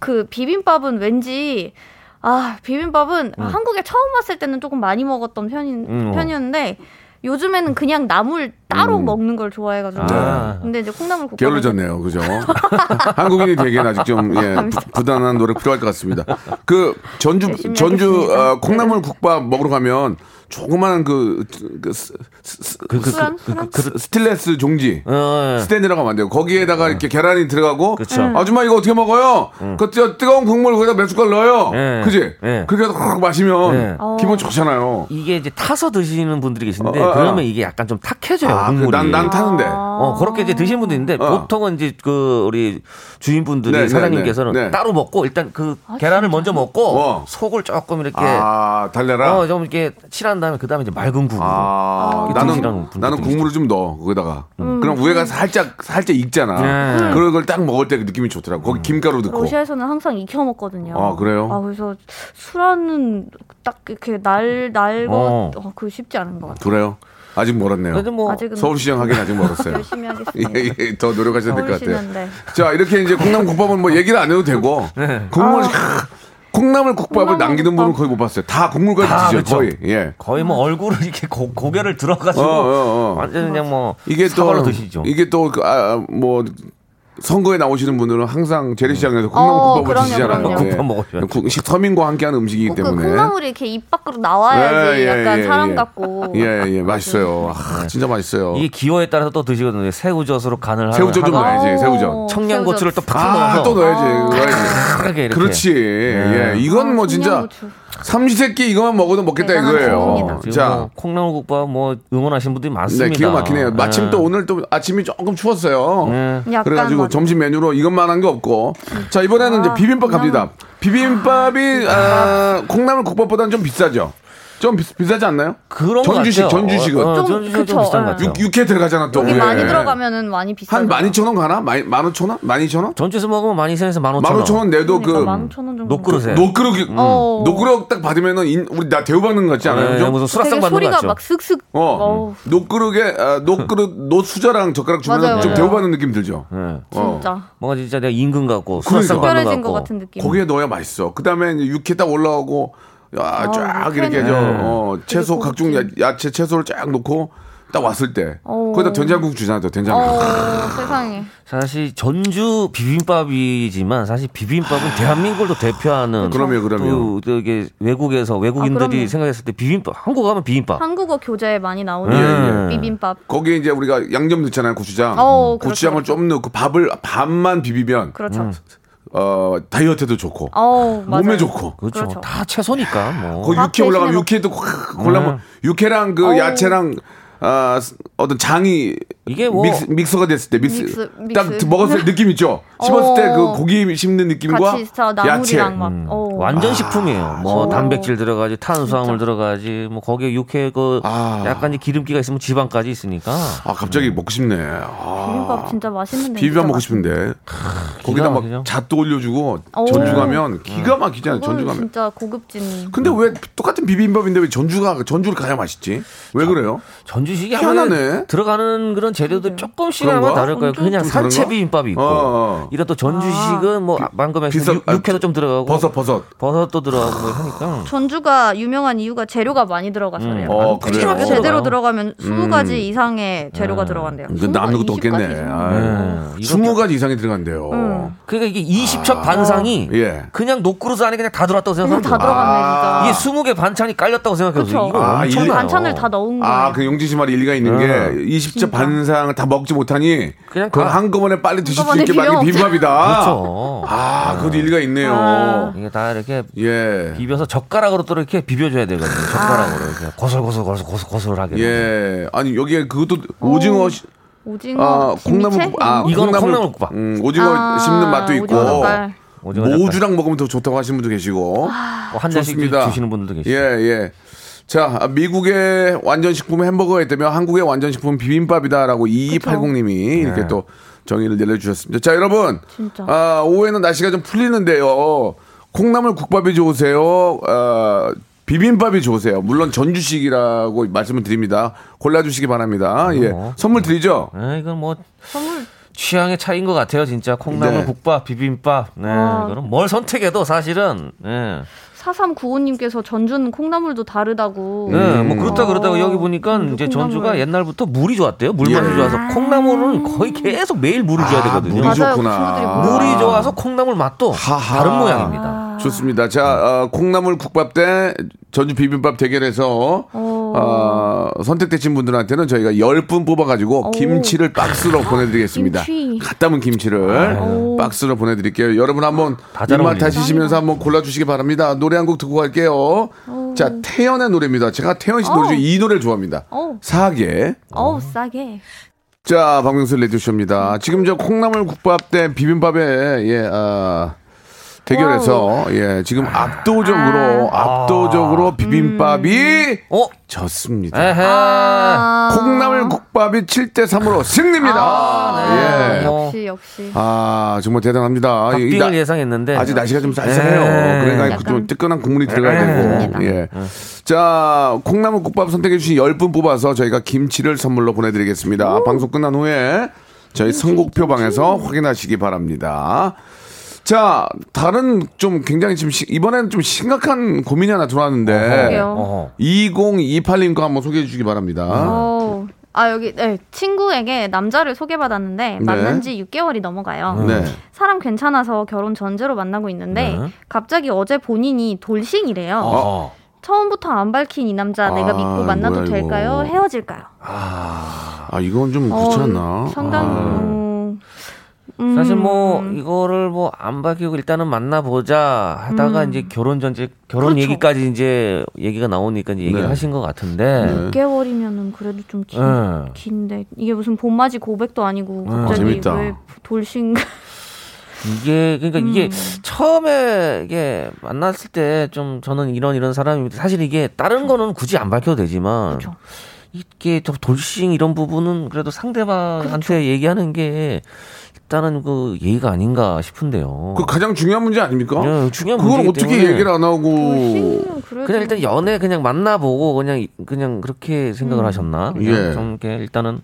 그 비빔밥은 왠지 아 비빔밥은 한국에 처음 왔을 때는 조금 많이 먹었던 편인 어. 음. 편이었는데 요즘에는 그냥 나물 따로 먹는 걸 좋아해가지고 아. 근데 이제 콩나물 국밥 음. 게을러졌네요, 그죠? 한국인이 되기엔 아직 좀 예, 부- 부단한 노력 필요할 것 같습니다. 그 전주 열심히 전주 하겠습니다. 네. 어, 콩나물 국밥 먹으러 가면 조그마한 그, 그 스, 스, 그, 그, 술안 그, 그, 술안 그, 그, 스틸레스 종지 어, 스탠이라고 하면 안 돼요. 거기에다가 이렇게 계란이 들어가고 네. 그쵸. 음. 아줌마 이거 어떻게 먹어요? 그 뜨- 뜨거운 국물 거기다 몇 숟갈 넣어요. 예. 그지? 예. 그렇게 해서 확 마시면 예. 어. 기분 좋잖아요. 이게 이제 타서 드시는 분들이 계신데 어, 어, 어. 그러면 이게 약간 좀 탁해져요. 아, 그 국물이. 난, 난 타는데. 어, 그렇게 이제 드시는 분도 있는데 어. 보통은 이제 그 우리 주인분들이 네, 네, 사장님께서는 네, 네. 따로 먹고 아, 일단 그 계란을 먼저 먹고 어. 속을 조금 이렇게 아, 달래라? 어, 좀 이렇게 칠한 한 다음에 그 다음에 이제 맑은 국으로. 아, 아, 나는 이틀이라는 분들도 나는 있어요. 국물을 좀 넣어 거기다가 음. 그럼 우에가 살짝 살짝 익잖아. 음. 네. 음. 그런 걸 딱 먹을 때 그 느낌이 좋더라고. 거기 김가루 넣고. 러시아에서는 항상 익혀 먹거든요. 아, 그래요? 아 그래서 술안은 딱 이렇게 날 날고 어. 어. 그 쉽지 않은 것 같아요. 그래요? 아직 멀었네요. 그래도 뭐 아직은 어. 서울시장 하긴 아직 멀었어요. 열심히 하겠습니다. 예, 예, 더 노력하셔야 될 것 같아요. 서울시는데 자 이렇게 이제 콩나물국밥은 뭐 얘기를 안 해도 되고 네. 국물 콩나물국밥을 아. 콩나물국밥. 남기는 분은 거의 못 봤어요. 다 다 국물까지 드죠 그쵸. 거의. 예. 거의 뭐 얼굴을 이렇게 고, 고개를 들어가지고 어, 어, 어. 완전 그냥 뭐 이게 또 사발로 드시죠. 이게 또 뭐 선거에 나오시는 분들은 항상 재래시장에서 어, 콩나물국밥을 그럼요, 드시잖아요. 예. 그럼요. 국밥 먹어줘야죠. 국- 식- 서민과 함께하는 음식이기 그 때문에. 콩나물이 이렇게 입 밖으로 나와야지 예, 예, 약간 예, 사람 예. 같고. 네. 예, 예, 맛있어요. 아, 진짜 맛있어요. 이게 기호에 따라서 또 드시거든요. 새우젓으로 간을 하고 새우젓 좀 아, 넣어야지, 새우젓. 청양고추를 또 팍 아, 넣어서 또 넣어야지. 넣어야지. 크게 이렇게. 네. 그렇지. 예, 아, 이건 뭐 진짜 삼시세끼 이거만 먹어도 먹겠다 대단한 이거예요. 친구입니다. 자, 자 어, 콩나물국밥 뭐 응원하신 분들이 많습니다. 네, 기가 막히네요. 마침 예. 또 오늘 또 아침이 조금 추웠어요. 네. 약간 그래가지고 맞아. 점심 메뉴로 이것만 한 게 없고. 자, 이번에는 아, 이제 비빔밥 갑니다. 비빔밥이, 아, 콩나물 국밥보다는 좀 비싸죠? 좀 비, 싸지 않나요? 그런 것 전주식, 같아요. 전주식은. 어, 어, 좀 전주식은 좀 그쵸, 비싼 것 예. 같아요. 육, 육회 들어가잖아, 또. 이게 예. 많이 들어가면은 많이 비싸. 한 12,000원 가나? 만- 12,000원? 12,000원? 전주에서 먹으면 만 이천에서 만 오천 네. 15,000원 내도 그, 그러니까 11,000원 정도. 녹그릇에 노그릇, 음. 이 어. 노그릇 딱 받으면은 인- 우리 나 대우받는 거 같지 않아요? 예, 좀? 무슨 수락상 되게 받는 것 소리가 같죠. 막 슥슥. 어, 어우, 노그릇에, 아, 노그릇, 노수저랑 젓가락 주면 맞아요, 좀 맞아요. 대우받는 느낌 들죠? 예. 어. 진짜 뭔가 진짜 내가 임금 같고 그러니까. 수락상 받는 것 특별해진 같고. 것 같은 느낌. 거기에 넣어야 맛있어. 그 다음에 육회 딱 올라오고, 야, 쫙 아, 육회는 이렇게 저, 어, 채소, 고급진. 각종 야, 채 채소를 쫙 넣고, 딱 왔을 때. 어. 거기다 된장국 주잖아, 또 어 된장국. 세상에. 사실 전주 비빔밥이지만 사실 아. 비빔밥은 대한민국을 또 대표하는 그럼요, 그럼요. 또 저기 외국에서 아, 외국인들이 그럼요. 생각했을 때 비빔밥 한국 가면 비빔밥 한국어 교재에 많이 나오는 예, 예. 비빔밥. 거기에 이제 우리가 양념 넣잖아요, 고추장. 음. 어, 그렇죠, 고추장을 그렇죠. 좀 넣고 밥을, 밥만 비비면, 그렇죠. 음. 어, 다이어트도 좋고, 어우, 맞아요. 몸에 좋고. 그렇죠. 그렇죠. 다 채소니까 뭐. 아, 거기 밥 육회 올라가면 대신에 육회도 확 골라면, 음. 육회랑 그 어우. 야채랑, 아, 어떤 장이 이게 뭐- 믹스, 가 됐을 때 믹스, 믹스, 믹스. 딱 먹었을 때 느낌 있죠. 씹었을 때 그 어. 고기 씹는 느낌과 같이 있어 야채 나물이랑 막. 어. 음. 완전 식품이에요. 뭐 어. 단백질 들어가지, 탄수화물 들어가지, 뭐 거기에 육회 그 아. 약간 이 기름기가 있으면 지방까지 있으니까. 아 갑자기 먹고 싶네. 아, 비빔밥 진짜 맛있는데. 비빔밥 진짜 먹고 맛- 싶은데 거기다 막 막히죠. 음. 잣도 올려주고 오. 전주 가면 기가 막히잖아요. 전주 그거는 가면. 어. 진짜 고급진. 근데 왜 똑같은 비빔밥인데 왜 전주가 전주를 가야 맛있지? 왜 그래요? 전주식이 희한하네. 아무래도 들어가는 그런 네. 재료들 조금씩 아마 그런가? 다를 거예요. 그냥 좀 다른가? 산채 비빔밥이 있고. 어, 어. 이런 또 전주식은 뭐 방금 비싸- 말씀 아, 육회도 좀 들어가고 버섯 아. 버섯. 버섯도 들어가고 뭐 하니까. 전주가 유명한 이유가 재료가 많이 들어가서 그래요. 음. 어 특이하게 그래요. 먹어요. 제대로 들어가면 20가지 이상의 재료가 들어간대요. 근데 남는 것도 20 가지, 음. 없겠네. 20 가지. 아, 음. 20가지 이상이 들어간대요. 그러니까 이게 20첩 반상이 아. 예. 그냥 녹그릇 안에 그냥 다 들어왔다고 그냥 생각하면 다 돼요. 아. 들어갔네 이게 20개 반찬이 깔렸다고 생각해보세요. 그쵸. 이거 아, 진짜. 일- 엄청나요. 반찬을 다 넣은 거예요. 아. 아, 그 용진 씨 말이 일리가 있는 게 20첩 반상을 다 먹지 못하니 그냥 그걸 다- 한꺼번에 빨리 드실 수 한꺼번에 있게 만든 게 비벼 비빔밥이다. 그렇죠. 아, 그것도 일리가 있네요. 어, 아. 이게 다 이렇게 예. 비벼서 젓가락으로 또 이렇게 비벼줘야 되거든요. 젓가락으로 이렇게 고슬고슬 고슬 고슬 고슬하게. 아. 예. 아니, 여기에 그것도 오징어 시- 오징어, 아, 콩나물 김미채? 국- 아, 이런 거? 이거는 콩나물국밥. 음, 오징어 아, 씹는 맛도 있고. 오징어 젓갈. 아. 오징어 젓갈. 모주랑 먹으면 더 좋다고 하시는 분도 계시고. 뭐한 잔씩 좋습니다. 주시는 분들도 계시고. 예, 예. 자, 아, 미국의 완전식품 햄버거가 있다면 한국의 완전식품 비빔밥이다라고 2280님이 네. 이렇게 또 정의를 내려주셨습니다. 자, 여러분. 진짜. 아, 오후에는 날씨가 좀 풀리는데요. 콩나물 국밥이 좋으세요? 아, 비빔밥이 좋으세요? 물론 전주식이라고 말씀을 드립니다. 골라주시기 바랍니다. 예. 어. 선물 드리죠? 예, 이건 뭐 취향의 차이인 것 같아요, 진짜 콩나물 네. 국밥, 비빔밥. 네, 아. 이거는 뭘 선택해도 사실은 예. 4395님께서 전주는 콩나물도 다르다고. 네, 음. 뭐 그렇다 그러다가 여기 보니까 전주 이제 음, 콩나물. 전주가 옛날부터 물이 좋았대요. 물맛이 예. 좋아서 콩나물은 거의 계속 매일 물을 줘야 되거든요. 물이 맞아요. 그 좋구나. 친구들이 물이 좋아서 콩나물 맛도 하하. 아. 다른 모양입니다. 좋습니다. 자, 어, 콩나물 국밥 대 전주 비빔밥 대결에서 어, 선택되신 분들한테는 저희가 10분 뽑아가지고 김치를 박스로 보내드리겠습니다. 아, 김치. 아, 갓 담은 김치를 박스로 보내드릴게요. 여러분 한번 다잘 입맛 어울리네. 다시시면서 한번 골라주시기 바랍니다. 노래 한 곡 듣고 갈게요. 자, 태연의 노래입니다. 제가 태연 씨 어. 노래 중에 이 노래를 좋아합니다. 어우, 사계. 어우, 싸게. 자, 박명수 레디쇼입니다. 지금 저 콩나물 국밥 대 비빔밥에 예, 아, 대결에서 예 지금 압도적으로 아. 압도적으로 비빔밥이 어? 졌습니다. 에헤. 아. 콩나물 국밥이 7대 3으로 승리입니다. 아, 예. 네. 역시 역시. 아 정말 대단합니다. 이 박빙을 나- 예상했는데 아직 날씨가 좀 네. 쌀쌀해요. 그러니까 좀 약간. 뜨끈한 국물이 들어가야 되고. 네. 예. 자, 콩나물국밥 선택해주신 10분 뽑아서 저희가 김치를 선물로 보내드리겠습니다. 방송 끝난 후에 저희 선곡표 방에서 확인하시기 바랍니다. 자, 다른 좀 굉장히 지금 시- 이번에는 좀 심각한 고민이 하나 들어왔는데. 그래요. 어허. 2028님 거 한번 소개해 주시기 바랍니다. 어. 아 여기 네, 친구에게 남자를 소개받았는데 만난 지 6개월이 넘어가요. 네. 사람 괜찮아서 결혼 전제로 만나고 있는데 갑자기 어제 본인이 돌싱이래요. 어허. 처음부터 안 밝힌 이 남자 아, 내가 믿고 만나도 뭐야, 이거. 될까요? 헤어질까요? 아, 이건 좀 어, 그렇지 않나? 상당히 아. 음, 음, 사실 뭐 이거를 뭐 안 밝히고 일단은 만나보자 하다가 이제 결혼 전제 결혼 음. 그렇죠. 얘기까지 이제 얘기가 나오니까 이제 얘기를 네. 하신 것 같은데 6개월이면은 그래도 좀 긴, 네. 긴데 이게 무슨 봄맞이 고백도 아니고 갑자기 재밌다. 왜 돌싱 이게 그러니까 음. 이게 처음에 이게 만났을 때 좀 저는 이런 이런 사람입니다. 사실 이게 다른 거는 굳이 안 밝혀도 아. 되지만 그렇죠. 이게 저 돌싱 이런 부분은 그래도 상대방한테 그렇죠. 얘기하는 게 일단은 그 예의가 아닌가 싶은데요. 그 가장 중요한 문제 아닙니까? 예, 중요한 그걸 문제이기 어떻게 때문에. 그 얘기를 안 하고 돌싱은 그래도 그냥 일단 연애 그냥 만나보고 그냥 이- 그냥 그렇게 생각을 음. 하셨나? 그냥 예. 좀 이렇게 일단은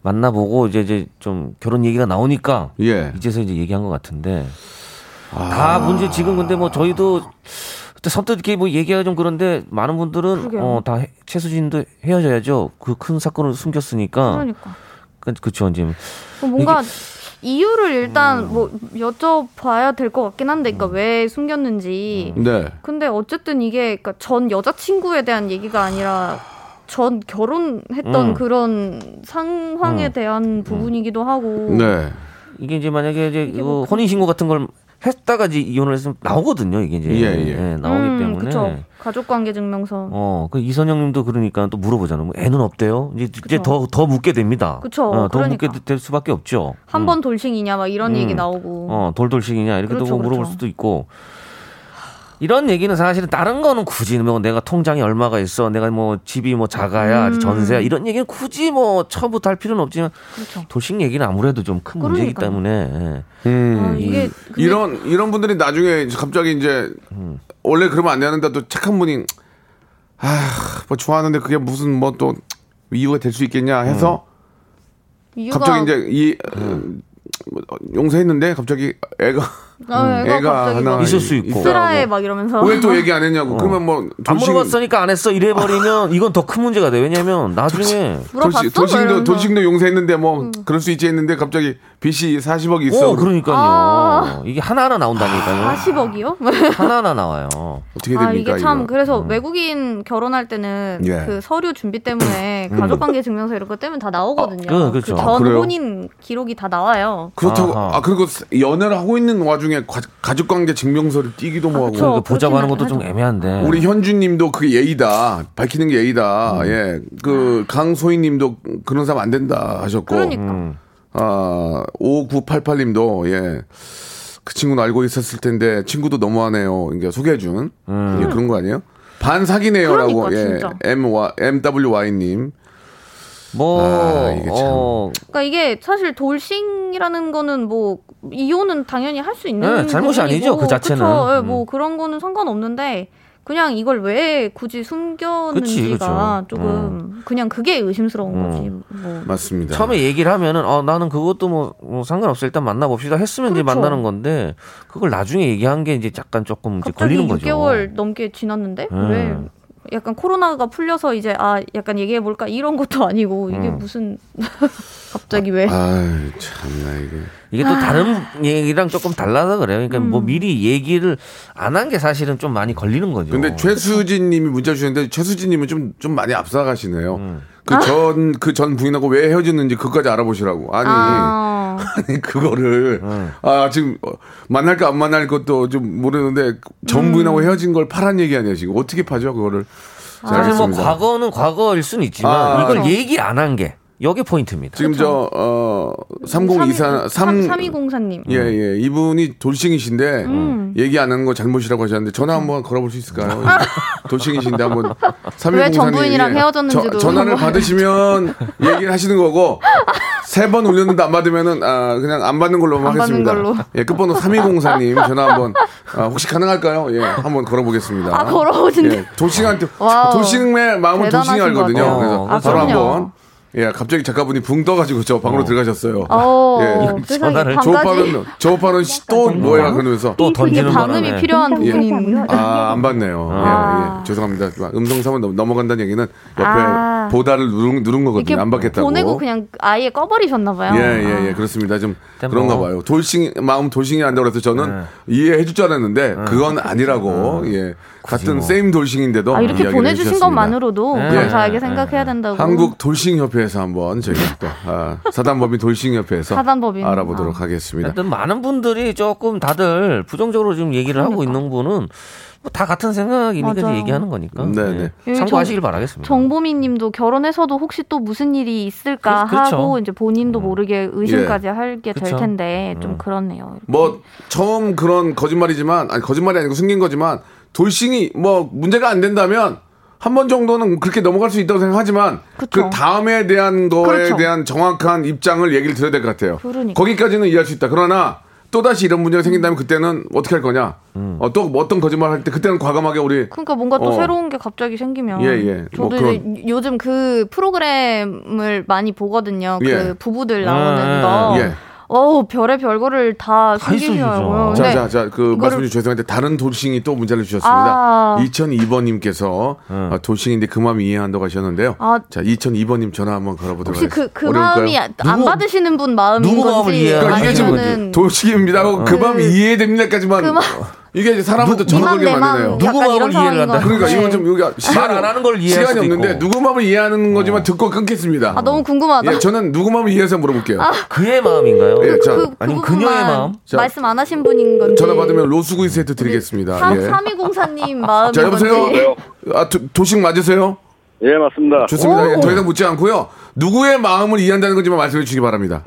만나보고 이제 이제 좀 결혼 얘기가 나오니까 예. 이제서 이제 얘기한 것 같은데 아. 다 문제 지금 근데 뭐 저희도 그때 선뜻 이렇게 뭐 얘기하기 좀 그런데 많은 분들은 그러게요. 어다 최수진도 헤어져야죠 그 큰 사건을 숨겼으니까 그러니까 그 그쵸 이제 그럼 뭐 뭔가 음. 이유를 일단 뭐 여쭤봐야 될 것 같긴 한데 그러니까 왜 숨겼는지 네. 근데 어쨌든 이게 그러니까 전 여자친구에 대한 얘기가 아니라 전 결혼했던 음. 그런 상황에 대한 부분이기도 하고 음. 네. 이게 이제 만약에 이제 이게 이거 뭐 혼인 신고 같은 걸 했다가 이제 이혼을 했으면 나오거든요 이게 이제 예, 예. 예, 나오기 때문에 음, 그쵸. 가족관계 증명서. 어, 그 이선영님도 그러니까 또 물어보잖아요. 뭐 애는 없대요. 이제 이제 그쵸. 더 더 묻게 됩니다. 그쵸, 어, 더 그러니까. 묻게 될 수밖에 없죠. 한 번 돌싱이냐 막 이런 음. 얘기 나오고. 아, 어, 돌돌식이냐 이렇게 그렇죠, 또 물어볼 그렇죠. 수도 있고. 이런 얘기는 사실은 다른 거는 굳이 뭐 내가 통장에 얼마가 있어, 내가 뭐 집이 뭐 작아야 전세야 이런 얘기는 굳이 뭐 처음부터 할 필요는 없지만 음. 그렇죠. 돌식 얘기는 아무래도 좀 큰 문제이기 그러니까요. 때문에 예. 음. 아, 이게 근데 이런 이런 분들이 나중에 이제 갑자기 이제 음. 원래 그러면 안 되는데 또 착한 분이 아뭐 좋아하는데 그게 무슨 뭐 또 이유가 될 수 있겠냐 해서 음. 그 이유가 갑자기 이제 이 뭐, 용서했는데 갑자기 음, 애가 아, 애가, 갑자기 하나 막 있을 수 있고. 어. 쓰라해 막 이러면서 왜 또 얘기 안 했냐고 그러면 뭐 안 돌싱- 물어봤으니까 안 했어 이래 아. 버리면 이건 더 큰 문제가 돼. 왜냐면 나중에 물어봤어? 뭐 돌싱- 돌싱도 이러면서. 돌싱도 용서했는데 뭐 음. 그럴 수 있지 했는데 갑자기 빚이 40억이 있어 어 그러니까요. 아. 이게 하나하나 나온다니까요. 아. 40억이요? 하나하나 나와요. 어떻게 됩니까 아 이게 참 이거? 그래서 외국인 결혼할 때는 예. 음. 그 서류 준비 때문에 가족관계 증명서 이런 것 때문에 다 나오거든요. 아, 그, 그렇죠. 전 아, 그래요? 혼인 기록이 다 나와요. 그렇다고 아하. 아 그리고 연애를 하고 있는 와중에 과- 가족관계 증명서를 띄기도 뭐하고 그쵸. 그러니까 보자고 하는 것도 그렇긴 좀 하죠. 애매한데. 우리 현주님도 그게 예의다 밝히는 게 예의다 음. 예그 강소희님도 그런 사람 안 된다 하셨고 그러니까 음. 아 5988님도 예그 친구는 알고 있었을 텐데 친구도 너무하네요 그러니까 소개해준 음. 예, 그런 거 아니에요 반 사기네요라고 그러니까, 예 진짜. M Y M W Y님 뭐, 아, 이게 참. 어, 그러니까 이게 사실 돌싱이라는 거는 뭐 이혼은 당연히 할 수 있는 네, 잘못이 부분이고, 아니죠, 그 자체는. 그쵸? 예, 음. 뭐 그런 거는 상관없는데 그냥 이걸 왜 그렇죠. 굳이 그치, 숨겼는지가 그쵸. 조금 음. 그냥 그게 의심스러운 거지. 음. 뭐 맞습니다 처음에 얘기를 하면은, 어, 나는 그것도 뭐, 뭐 상관없어. 일단 만나봅시다. 했으면 이제 그렇죠. 만나는 건데, 그걸 나중에 얘기한 게 이제 약간 조금 이제 갑자기 걸리는 거죠. 6개월 넘게 지났는데 음. 왜 약간 코로나가 풀려서 이제 아 약간 얘기해 볼까 이런 것도 아니고 이게 무슨 갑자기 왜 아유 참나 이게 이게 또 아. 다른 얘기랑 조금 달라서 그래요. 그러니까 뭐 음. 미리 얘기를 안 한 게 사실은 좀 많이 걸리는 거죠. 근데 최수진 님이 문자 주셨는데 최수진 님은 좀, 좀 많이 앞서가시네요. 그 전 그 전 부인하고 왜 헤어졌는지 그까지 알아보시라고. 아니, 아, 아니 그거를 아 지금 어, 만날까 안 만날 것도 좀 모르는데 전 부인하고 헤어진 걸 파란 얘기 아니야 지금 어떻게 파죠 그거를? 자, 사실 뭐 알겠습니다. 과거는 과거일 순 있지만 아, 이걸 그렇죠. 얘기 안 한 게. 여기 포인트입니다. 지금 저, 어, 3024, 3, 3204님. 예, 예. 이분이 돌싱이신데, 음. 얘기 안 하는 거 잘못이라고 하셨는데, 전화 한번 걸어볼 수 있을까요? 돌싱이신데, 한번. 3104님, 왜 전부인이랑 헤어졌는지도 전화를 한번 네. 받으시면 얘기를 하시는 거고, 세 번 울렸는데 안 받으면은, 아, 그냥 안 받는 걸로 안 받는 하겠습니다. 걸로. 예, 끝번호 3204님, 전화 한번, 아, 혹시 가능할까요? 예, 한번 걸어보겠습니다. 예, 아, 걸어보신대요? 돌싱한테, 와우. 돌싱의 마음은 돌싱이 대단하신 것 알거든요. 그래서 같아요. 아, 바로 그럼요. 한번. 예, 갑자기 작가분이 붕 떠가지고 저 방으로 들어가셨어요. 어, 예. 세상에 전화를 저 반까지 오빠는 저 오빠는 또 뭐야 그러면서 또 이게 던지는 방음이 바람에 필요한 분인 요 아안 받네요. 예, 예. 죄송합니다. 음성 사문 넘- 넘어간다는 얘기는 옆에 아. 보다를 누른, 누른 이렇게 거거든요. 안 받겠다고. 보내고 그냥 아. 아예 꺼버리셨나 봐요. 예예예 그렇습니다. 좀 근데 그런가 뭐. 봐요. 돌싱 마음 돌싱이 안다고 해서 저는 네. 이해해 줄 줄 알았는데 그건 아니라고 예 같은 뭐. 세임 돌싱인데도 아, 이렇게 이야기를 보내주신 해주셨습니다. 것만으로도 예. 감사하게 예. 생각해야 된다고. 한국 돌싱 협회에서 한번 저희가 또 아, 사단법인 돌싱 협회에서 사단법인. 알아보도록 아. 하겠습니다. 하여튼 많은 분들이 조금 다들 부정적으로 지금 얘기를 하고 그러니까. 있는 분은 뭐 다 같은 생각이니까 이제 맞아요. 얘기하는 거니까 네, 네. 예. 참고하시길 바라겠습니다. 정보미님도 결혼해서도 혹시 또 무슨 일이 있을까 그- 그렇죠. 하고 이제 본인도 음. 모르게 의심까지 하게 그렇죠. 될 텐데 좀 그렇네요. 예. 뭐 처음 그런 거짓말이지만 아니 거짓말이 아니고 숨긴 거지만 돌싱이 뭐 문제가 안 된다면 한 번 정도는 그렇게 넘어갈 수 있다고 생각하지만 그 그쵸. 다음에 대한 거에 그렇죠. 대한 정확한 입장을 얘기를 들어야 될 것 같아요. 그러니까. 거기까지는 이해할 수 있다. 그러나 또 다시 이런 문제가 생긴다면 그때는 어떻게 할 거냐? 어, 또뭐 어떤 거짓말 할 때 그때는 과감하게 우리 그러니까 뭔가 또 어. 새로운 게 갑자기 생기면 예, 예. 저도 뭐 이제 요즘 그 프로그램을 많이 보거든요. 예. 그 부부들 나오는 예, 거. 예. 어우 별의 별거를 다 숨기시더라고요. 있어요, 자, 근데 자, 자, 그 이거를- 말씀 주 죄송한데 다른 돌싱이 또 문자를 주셨습니다. 아. 2002번님께서 돌싱인데 그 마음 이해한다고 하셨는데요. 아. 자, 2002번님 전화 한번 걸어보도록 혹시 그, 그 어려울까요? 마음이 안 받으시는 분 마음인 누구 마음을 건지 이해해요? 그러니까 이게 지금 아니면은 돌싱입니다. 하고 그 마음 이해됩니다까지만 그 마음- 이게 이제 사람한테 전화 이만 걸게 내 만드네요. 마음 누구 약간 이런 마음을 이해를 상황인 것 한다. 같아요. 그러니까 이건 좀 여기가 시간이, 안 하는 걸 이해할 시간이 수도 있고. 없는데 누구 마음을 이해하는 거지만 듣고 끊겠습니다. 아 너무 궁금하다. 예, 저는 누구 마음을 이해해서 물어볼게요. 그의 마음인가요? 예, 자, 그, 그 아니면 부분만 그녀의 마음? 자, 말씀 안 하신 분인 건지 전화 받으면 로스구이 세트 드리겠습니다. 삼 예. 3204님 마음인 자, 건지 여보세요? 아, 도, 도식 맞으세요? 예, 맞습니다. 좋습니다. 예, 더 이상 묻지 않고요. 누구의 마음을 이해한다는 건지만 말씀해 주시기 바랍니다.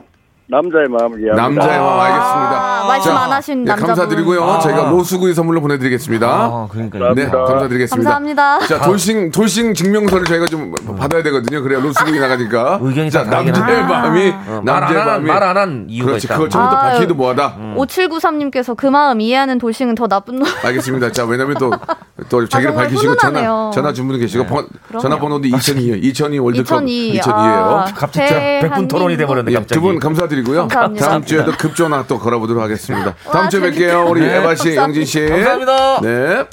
남자의 마음을 이해합니다. 남자의 마음 알겠습니다. 아, 말씀 자, 안 하신 예, 남자분 감사드리고요. 아. 저희가 로스구이 선물로 보내드리겠습니다. 아, 그러니까 네, 감사드리겠습니다. 감사합니다. 자, 돌싱, 돌싱 증명서를 저희가 좀 받아야 되거든요. 그래야 로스구이 나가니까. 의견이 자, 다 다르긴 남자의 하네. 마음이, 남자의 마음이. 말안한 이유가 그렇지, 있다. 그걸 전부 다 아. 밝히도 뭐하다. 5793님께서 그 마음 이해하는 돌싱은 더 나쁜 놈. 알겠습니다. 자, 왜냐면 또, 또 자기를 정말 밝히시고 전화, 아, 훈훈하네요. 전화 준 분이 계시고, 번- 그럼요. 전화번호도 2002, 2002 월드컵 2002. 2002예요. 아. 갑자기 진짜 대- 100분 토론이 돼버렸네 네, 예, 갑자기. 두 분 감사드리고요. 감사합니다. 다음 주에도 급전화 또 걸어보도록 하겠습니다. 다음 와, 주에 재밌겠다. 뵐게요. 우리 네, 에바 씨, 영진 씨. 감사합니다. 네.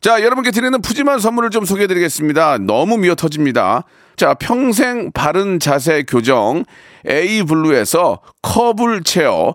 자, 여러분께 드리는 푸짐한 선물을 좀 소개해 드리겠습니다. 너무 미어 터집니다. 자, 평생 바른 자세 교정, A 블루에서 커블 체어,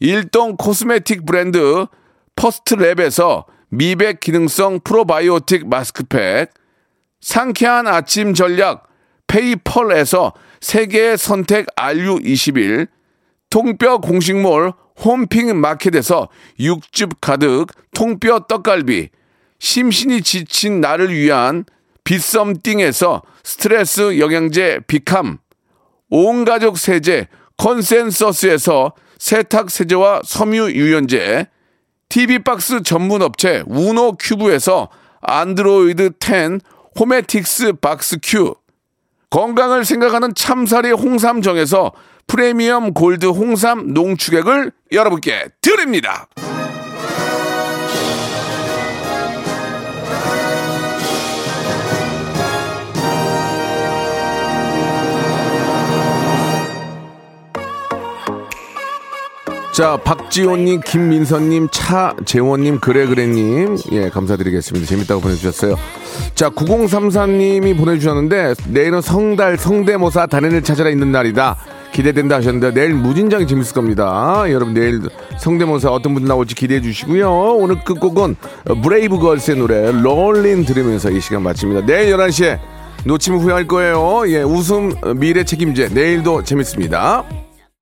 일동 코스메틱 브랜드 퍼스트랩에서 미백 기능성 프로바이오틱 마스크팩, 상쾌한 아침 전략 페이펄에서 세계 선택 RU21 통뼈 공식몰 홈핑 마켓에서 육즙 가득 통뼈 떡갈비 심신이 지친 나를 위한 비썸띵에서 스트레스 영양제 비캄 온가족 세제 컨센서스에서 세탁 세제와 섬유 유연제 TV박스 전문 업체 우노 큐브에서 안드로이드 10 호메틱스 박스 큐 건강을 생각하는 참사리 홍삼정에서 프리미엄 골드 홍삼 농축액을 여러분께 드립니다. 자, 박지호님, 김민선님, 차재원님, 그래그래님, 예, 감사드리겠습니다. 재밌다고 보내주셨어요. 자, 9034님이 보내주셨는데, 내일은 성달, 성대모사, 단연을 찾아라 있는 날이다. 기대된다 하셨는데, 내일 무진장이 재밌을 겁니다. 여러분, 내일 성대모사 어떤 분 나올지 기대해 주시고요. 오늘 끝곡은 브레이브걸스의 노래, 롤린 들으면서 이 시간 마칩니다. 내일 11시에 놓치면 후회할 거예요. 예, 웃음, 미래 책임제. 내일도 재밌습니다.